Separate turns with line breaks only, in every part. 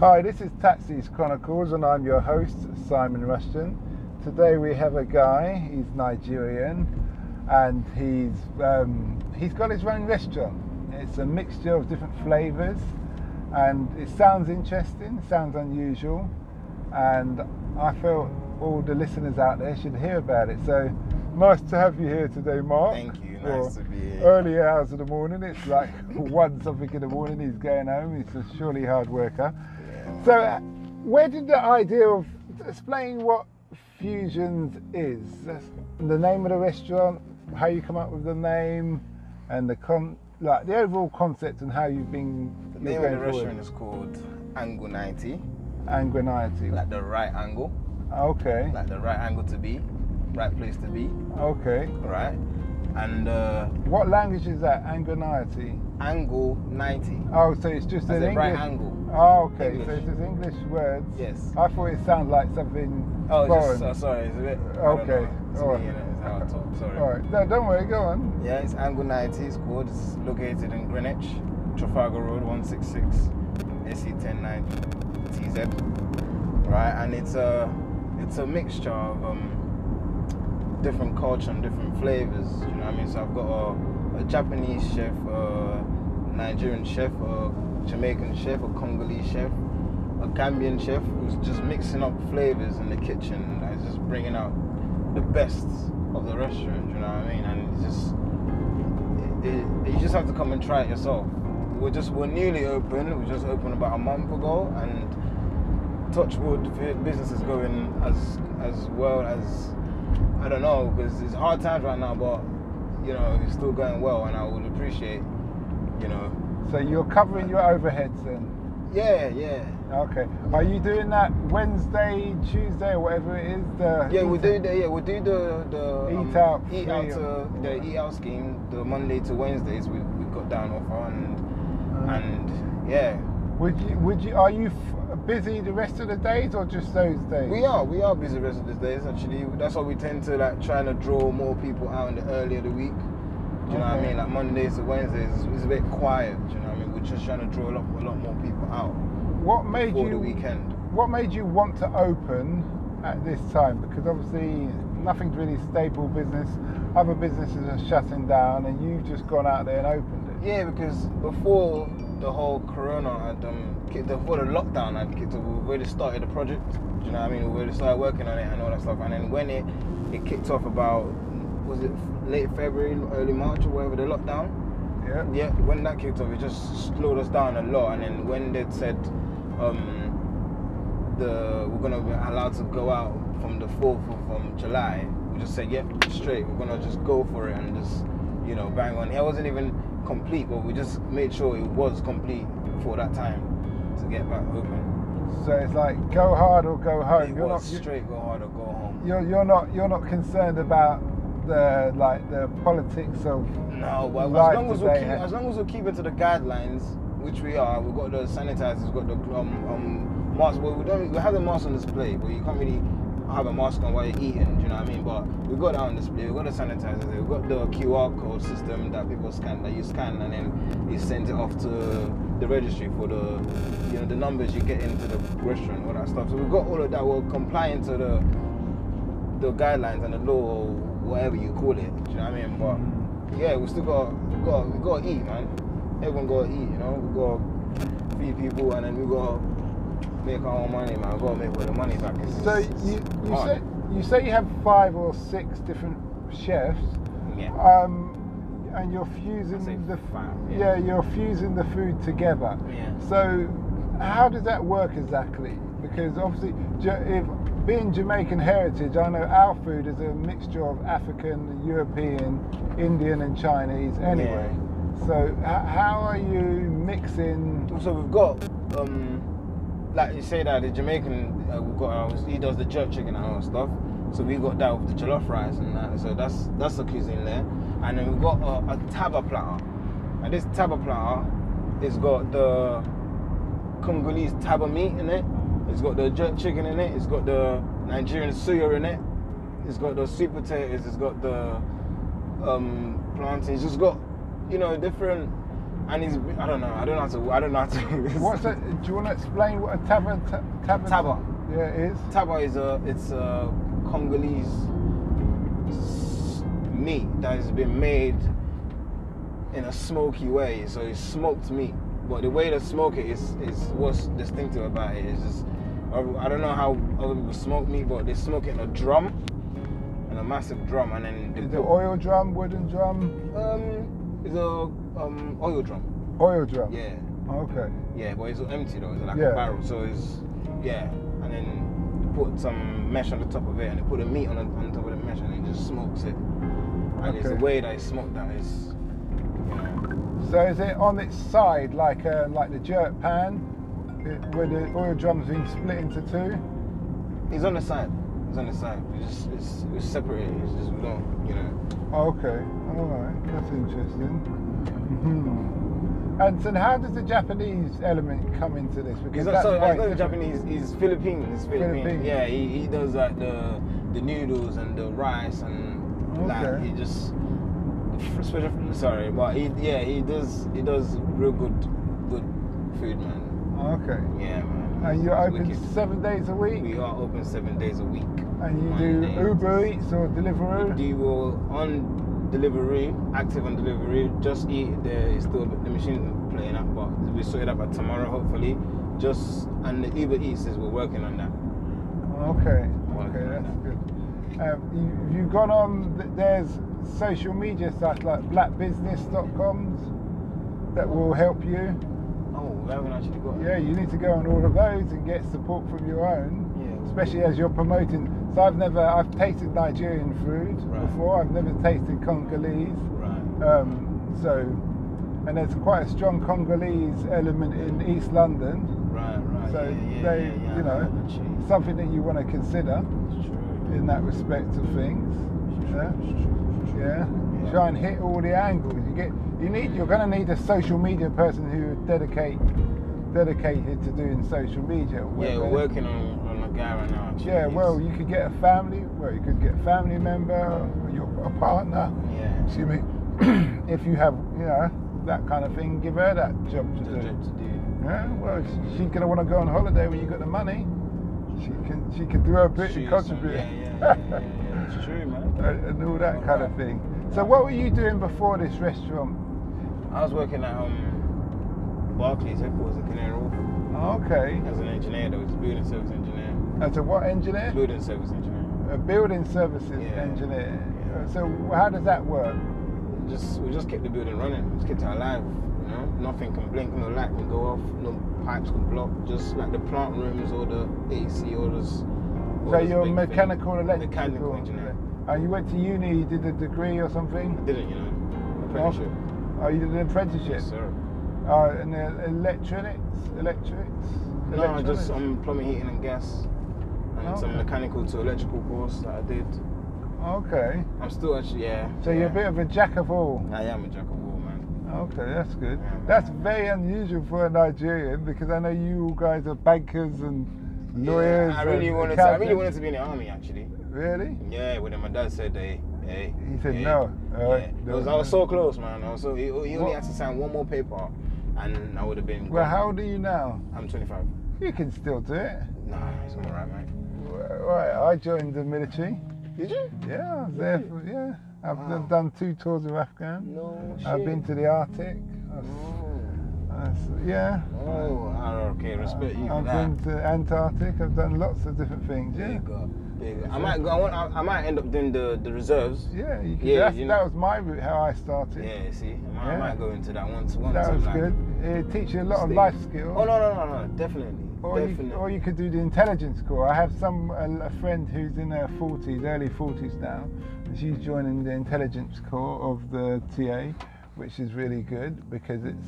Hi, this is Taxis Chronicles, and I'm your host, Simon Rushton. Today we have a guy, he's Nigerian, and he's, um, he's got his own restaurant. It's a mixture of different flavours, and it sounds interesting, sounds unusual, and I feel all the listeners out there should hear about it. So, nice to have you here today, Mark.
Thank you.
for
Nice to be here.
Early hours of the morning, it's like one something in the morning, he's going home, he's a surely hard worker.
Yeah.
So, uh, where did the idea of explain what Fusions is? That's the name of the restaurant, how you come up with the name, and the con like the overall concept and how you've been.
The name of the restaurant is called Angle 90,
Anguinity.
like the right angle,
Okay.
like the right angle to be, right place to be,
Okay.
right? And uh,
What language is that? Anguinity.
angle 90,
Oh, so it's just an
as a
English.
right angle.
Oh, okay. So
English.
it's just English words.
Yes.
I thought it sounded like something
Oh,
foreign.
just, so, sorry, it's a bit. I don't
Okay,
know. It's
alright.
me, you know, it's how I talk, sorry.
All right. No, don't worry. Go on.
Yeah, it's Angle 90, it's called, it's located in Greenwich, Trafalgar Road 166, SE 1090 TZ. Right, and it's a, it's a mixture of um, different culture and different flavors, you know what I mean? So I've got a, a Japanese chef, a Nigerian chef, a Jamaican chef, a Congolese chef, a Gambian chef who's just mixing up flavors in the kitchen, like just bringing out the best of the restaurant. You know what I mean? And it's just it, it, you just have to come and try it yourself. We're just we're newly open. We just opened about a month ago, and Touchwood business is going as as well as I don't know because it's hard times right now, but you know it's still going well, and I would appreciate you know.
So you're covering your overheads then.
Yeah, yeah.
Okay. Are you doing that Wednesday, Tuesday, or whatever it is? The
Yeah, we do the yeah we do the the
Eat out
eat out
meal.
uh, the eat out scheme the Monday to Wednesdays we we got down off on
Uh-huh.
and yeah
Would you? Would you? Are you f- busy the rest of the days or just those days?
we are we are busy the rest of these days actually that's why we tend to like trying to draw more people out in the earlier the week do you know what I
Okay.
mean like Mondays to Wednesdays is, is a bit quiet do you know what I mean we're just trying to draw a lot a lot more people out
What made
for
you?
the weekend
What made you want to open at this time? Because obviously nothing's really stable business. Other businesses are shutting down, and you've just gone out there and opened it.
Yeah, because before the whole corona had um, kicked, before the lockdown had kicked, we already started the project. Do you know what I mean? We already started working on it and all that stuff. And then when it it kicked off about was it late February, early March, or whatever the lockdown
Yeah.
yeah, when that kicked off, it just slowed us down a lot. And then when they said um, the we're gonna be allowed to go out from the fourth of um, July, we just said, yeah, straight, we're gonna just go for it and just you know bang on. It wasn't even complete, but we just made sure it was complete for that time to get back open.
So it's like go hard or go home.
it
you're
was
not.
straight go hard or go home.
You're, you're not. You're not concerned about the like the politics of
No, well,
Life
as long as we
today,
keep,
eh?
as long as we keep it to the guidelines, which we are, we've got the sanitizers, we've got the um, um mask. Well, we don't we have the mask on display, but you can't really have a mask on while you're eating. Do you know what I mean? But we've got that on display. We've got the sanitizers. We've got the QR code system that people scan, that you scan, and then you send it off to the registry for the you know the numbers you get into the restaurant, all that stuff. So we've got all of that. We're compliant to the the guidelines and the law, or whatever you call it. Do you know what I mean? But yeah, we still got we got we gotta eat, man. Everyone gotta eat, you know. We gotta feed people, and then we gotta make our own money, man. We gotta make all the money back. It's,
So
it's-
you,
it's
you
hard.
say you say you have five or six different chefs,
yeah,
um, and you're
I'd say
fusing the
five,
yeah.
yeah.
you're fusing the food together.
Yeah.
So how does that work exactly? Because obviously, Ja- if being Jamaican heritage, I know our food is a mixture of African, European, Indian, and Chinese. Anyway, so h- how are you mixing?
so we've got um like you say that the Jamaican uh, we've got our, he does the jerk chicken and all that stuff. So we got that with the jollof rice and that. So that's that's the cuisine there. And then we've got a, a taba platter. And this taba platter it's got the Congolese taba meat in it. It's got the jerk chicken in it. It's got the Nigerian suya in it. It's got the sweet potatoes. It's got the um, plantains. It's got you know different and he's I don't know I don't know how to I don't know how to.
What's it? Do you want to explain what a tavern? Ta- tavern
Taba.
Yeah, it is.
Taba is a it's a Congolese s- meat that has been made in a smoky way. So it's smoked meat, but the way to smoke it is is what's distinctive about it. It's just I I don't know how other people smoke meat, but they smoke it in a drum, in a massive drum, and then they
Is it
put-
oil drum, wooden drum,
um it's a um oil drum.
oil drum?
Yeah,
Okay.
yeah, but it's empty though. It's like
Yeah.
a barrel, so it's yeah, and then they put some mesh on the top of it, and they put the meat on the, on top of the mesh, and it just smokes it. And it's the
Okay.
way that it's smoked that is, you know,
So is it on its side like uh, like the jerk pan, it- where the oil drum's been split into two?
it's on the side. It's on the side. It's just it's, it's separated. It's just we don't, you know.
Oh, Okay. All right. That's interesting. hmm And so how does the Japanese element come into this?
Because
Because
that's
that's
so,
quite
it's not
different.
Japanese. He's Philippine. He's Philippine.
Philippine.
Yeah, he, he does like the the noodles and the rice and like
Okay.
he just sorry, but he yeah he does he does real good good food man.
Okay.
Yeah man.
And you're
It's
open
wicked.
seven days a week,
We are open seven days a week.
and you
Mondays.
do Uber Eats or Deliveroo.
We will on delivery, active on delivery. Just eat. The it's still the machine playing up, but we sort it up by tomorrow hopefully. Just and the Uber Eats is we're working on that.
Okay.
Well,
Okay,
yeah.
that's good. Um, you, have you gone on? th- There's social media sites like blackbusiness.coms that will help you.
Oh, we haven't actually got.
Yeah, you need to go on all of those and get support from your own,
Yeah.
especially as you're promoting. So I've never, I've tasted Nigerian food
Right.
before. I've never tasted Congolese.
Right.
Um, so, and there's quite a strong Congolese element in East London.
Right. Right.
So
yeah, yeah,
they,
yeah, yeah,
you
I
know,
that shit.
something that you want to consider
It's true.
in that respect of things. Yeah.
It's true, it's true, it's true.
Yeah. Try and hit all the angles. You get you need you're gonna need a social media person who dedicate dedicated to doing social media.
Yeah, we're
whether-
working on, on a guy right now. Actually.
Yeah,
He's-
well you could get a family well you could get a family member or your a partner.
Yeah.
Excuse me. if you have you know, that kind of thing, give her that job to
It's a
do.
job to do.
Yeah, well she- she's gonna wanna go on holiday when you got the money. She can she can do her bit and
Shoot some-
contribute.
Yeah, yeah, yeah, yeah, yeah. It's true, man.
and and all that kind of thing. So what were you doing before this restaurant?
I was working at um, Barclays headquarters in Canary Wharf
Okay.
as an engineer. Though, was a building service engineer.
As a what engineer?
Building service engineer.
A building services
Yeah.
engineer.
Yeah.
So how does that work?
just we just kept the building running, just kept it alive, you know. Nothing can blink, no light can go off, no pipes can block, just like the plant rooms or the AC or this. all
so
this
you're a
big thing.
mechanical, electrical,
Mechanical engineer.
And you went to uni, you did a degree or something?
I didn't, you know. Apprenticeship.
Oh, you did an apprenticeship.
Yes, sir.
Oh, and uh, electronics, electrics.
No, I just
Electronics? Oh.
um plumbing, heating, and gas, and some
Okay.
mechanical to electrical course that I did.
Okay.
I'm still actually, yeah.
So
um, yeah.
you're a bit of a jack of all.
I am a jack of all, man.
Okay, that's good.
Yeah.
That's very unusual for a Nigerian because I know you guys are bankers and lawyers.
Yeah, I really
and
wanted to. I really
accountants.
wanted to be in the army, actually.
Really?
Yeah, but then my dad said, hey, hey.
He said
hey,
no. Uh,
yeah.
no,
I, was, I was
no.
so close, man. I was so, he, he only
What-
had to sign one more paper and I would have been.
Well,
gone.
how old are you now?
I'm 25.
You can still do it.
Nah, it's all right, man.
Right, I joined the military.
Did you?
Yeah, I was there for, yeah. I've
Wow.
done- done two tours of Afghan.
No shit.
I've been to the Arctic. I've-
Oh,
I've- yeah.
oh ah, okay. Respect you for
I've been
that.
to Antarctic. I've done lots of different things. Yeah.
Big up, big up. I might go. I, want, I, I might end up doing the, the reserves.
Yeah, you could,
Yeah,
that's,
you know.
that was my route, how I started.
Yeah, see, I might, I
Yeah.
might go into that once. once
that
I'm
was
like-
good. It teaches you a lot of
Stay-
life skills.
Oh no, no, no, no, definitely,
Or
definitely.
you, or you could do the intelligence corps. I have some a, a friend who's in her 40s, early 40s now. and She's joining the intelligence corps of the TA, which is really good because it's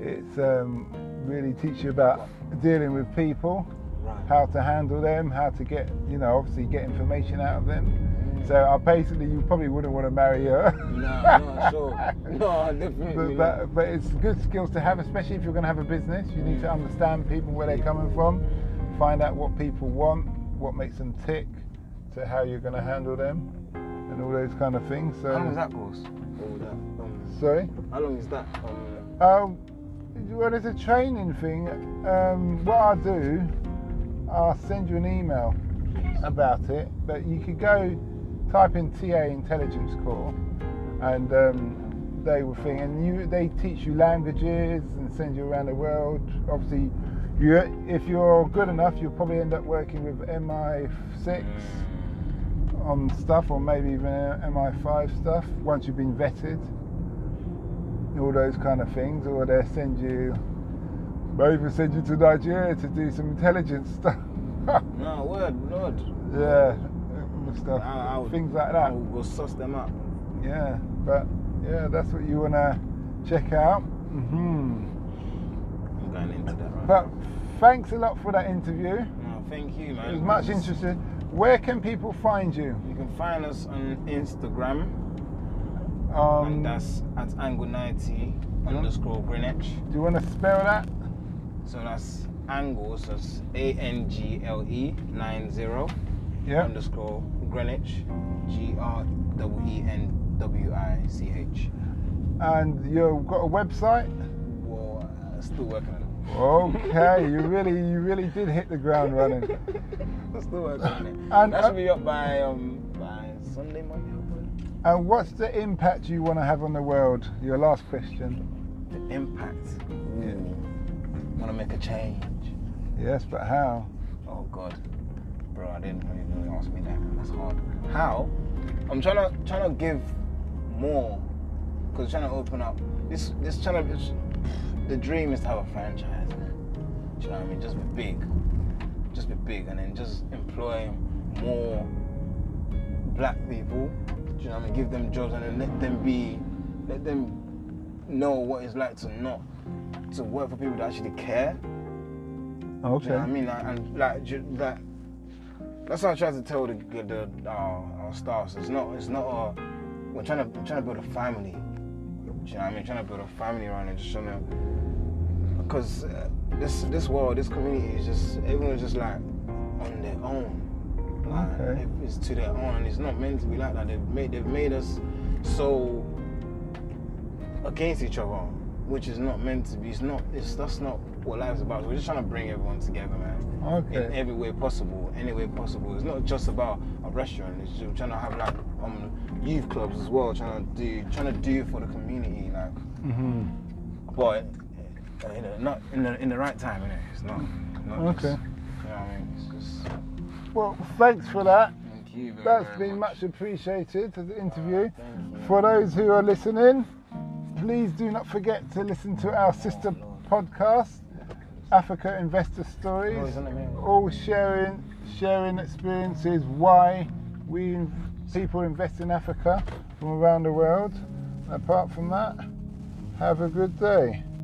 it's um, really teach you about dealing with people,
right.
how to handle them, how to get you know obviously get information out of them. So I basically, you probably wouldn't want to marry her.
No, no, sure. No, definitely.
But, but, but it's good skills to have, especially if you're going to have a business. You need to
Mm.
understand people where they're coming from, find out what people want, what makes them tick, to how you're going to handle them, and all those kind of things. So
How long was that course? All that. Um,
Sorry.
How long is that? Um,
Um, well, it's a training thing. Um, what I'll do, I'll send you an email about it. But you could go type in TA Intelligence Corps, and um, they will think. And you, they teach you languages and send you around the world. Obviously, you, if you're good enough, you'll probably end up working with MI6
Mm.
on stuff, or maybe even uh, MI5 stuff, once you've been vetted, all those kind of things, or they send you, maybe send you to Nigeria to do some intelligence stuff.
no, word, word.
yeah, um, stuff,
I, I would,
things like
I
that.
would go suss them out.
Yeah, but yeah, that's what you wanna check out. hmm
I'm going into that right
But
now.
thanks a lot for that interview.
No, thank you, man.
It was much
It's-
interesting. Where can people find you?
You can find us on Instagram,
Um,
and that's at angle 90 underscore Greenwich.
do you want to spell that?
So that's angle, so that's A N G L E 90
Yeah.
underscore Greenwich, G R W E N W I C H.
And you've got a website?
Well, uh, still working on it.
Okay, you really, you really did hit the ground running.
still working on it.
And- uh,
that should be up by um by Sunday morning. hopefully.
And what's the impact you want to have on the world? Your last question.
The impact.
Yeah.
Want to make a change.
Yes, but how?
Oh God, bro, I didn't really know you asked me that. That's hard. How? I'm trying to trying to give more because trying to open up. This this trying to it's- the dream is to have a franchise, man. Do you know what I mean? Just be big, just be big, and then just employ more black people. Do you know what I mean? Give them jobs and then let them be, let them know what it's like to not to work for people that actually care.
Okay.
You know what I mean? Like, and like, ju- like that's what I tried to tell the the, the our, our stars. It's not it's not a we're trying to we're trying to build a family. Do you know what I mean? Trying to build a family around it, just trying to because uh, this this world, this community is just everyone's just like on their own. Like,
Okay.
if It's to their own. It's not meant to be like that. They've made they've made us so against each other, which is not meant to be. It's not. It's that's not what life's about. We're just trying to bring everyone together, man. In
okay.
every way possible, any way possible. It's not just about a restaurant. It's just trying to have like um youth clubs as well. Trying to do trying to do it for the community, like
hmm
but uh, you know, not in the in the right time, innit? It's not. not
Okay.
Just, you know what I mean? It's just.
Well, thanks for that.
Thank you. Very,
That's
very
been much appreciated to the interview.
Thank you.
For those who are listening, please do not forget to listen to our sister podcast, Africa Investor
Oh,
Stories.
he's on the mail.
all sharing sharing experiences why we in- people invest in Africa from around the world. Apart from that, have a good day.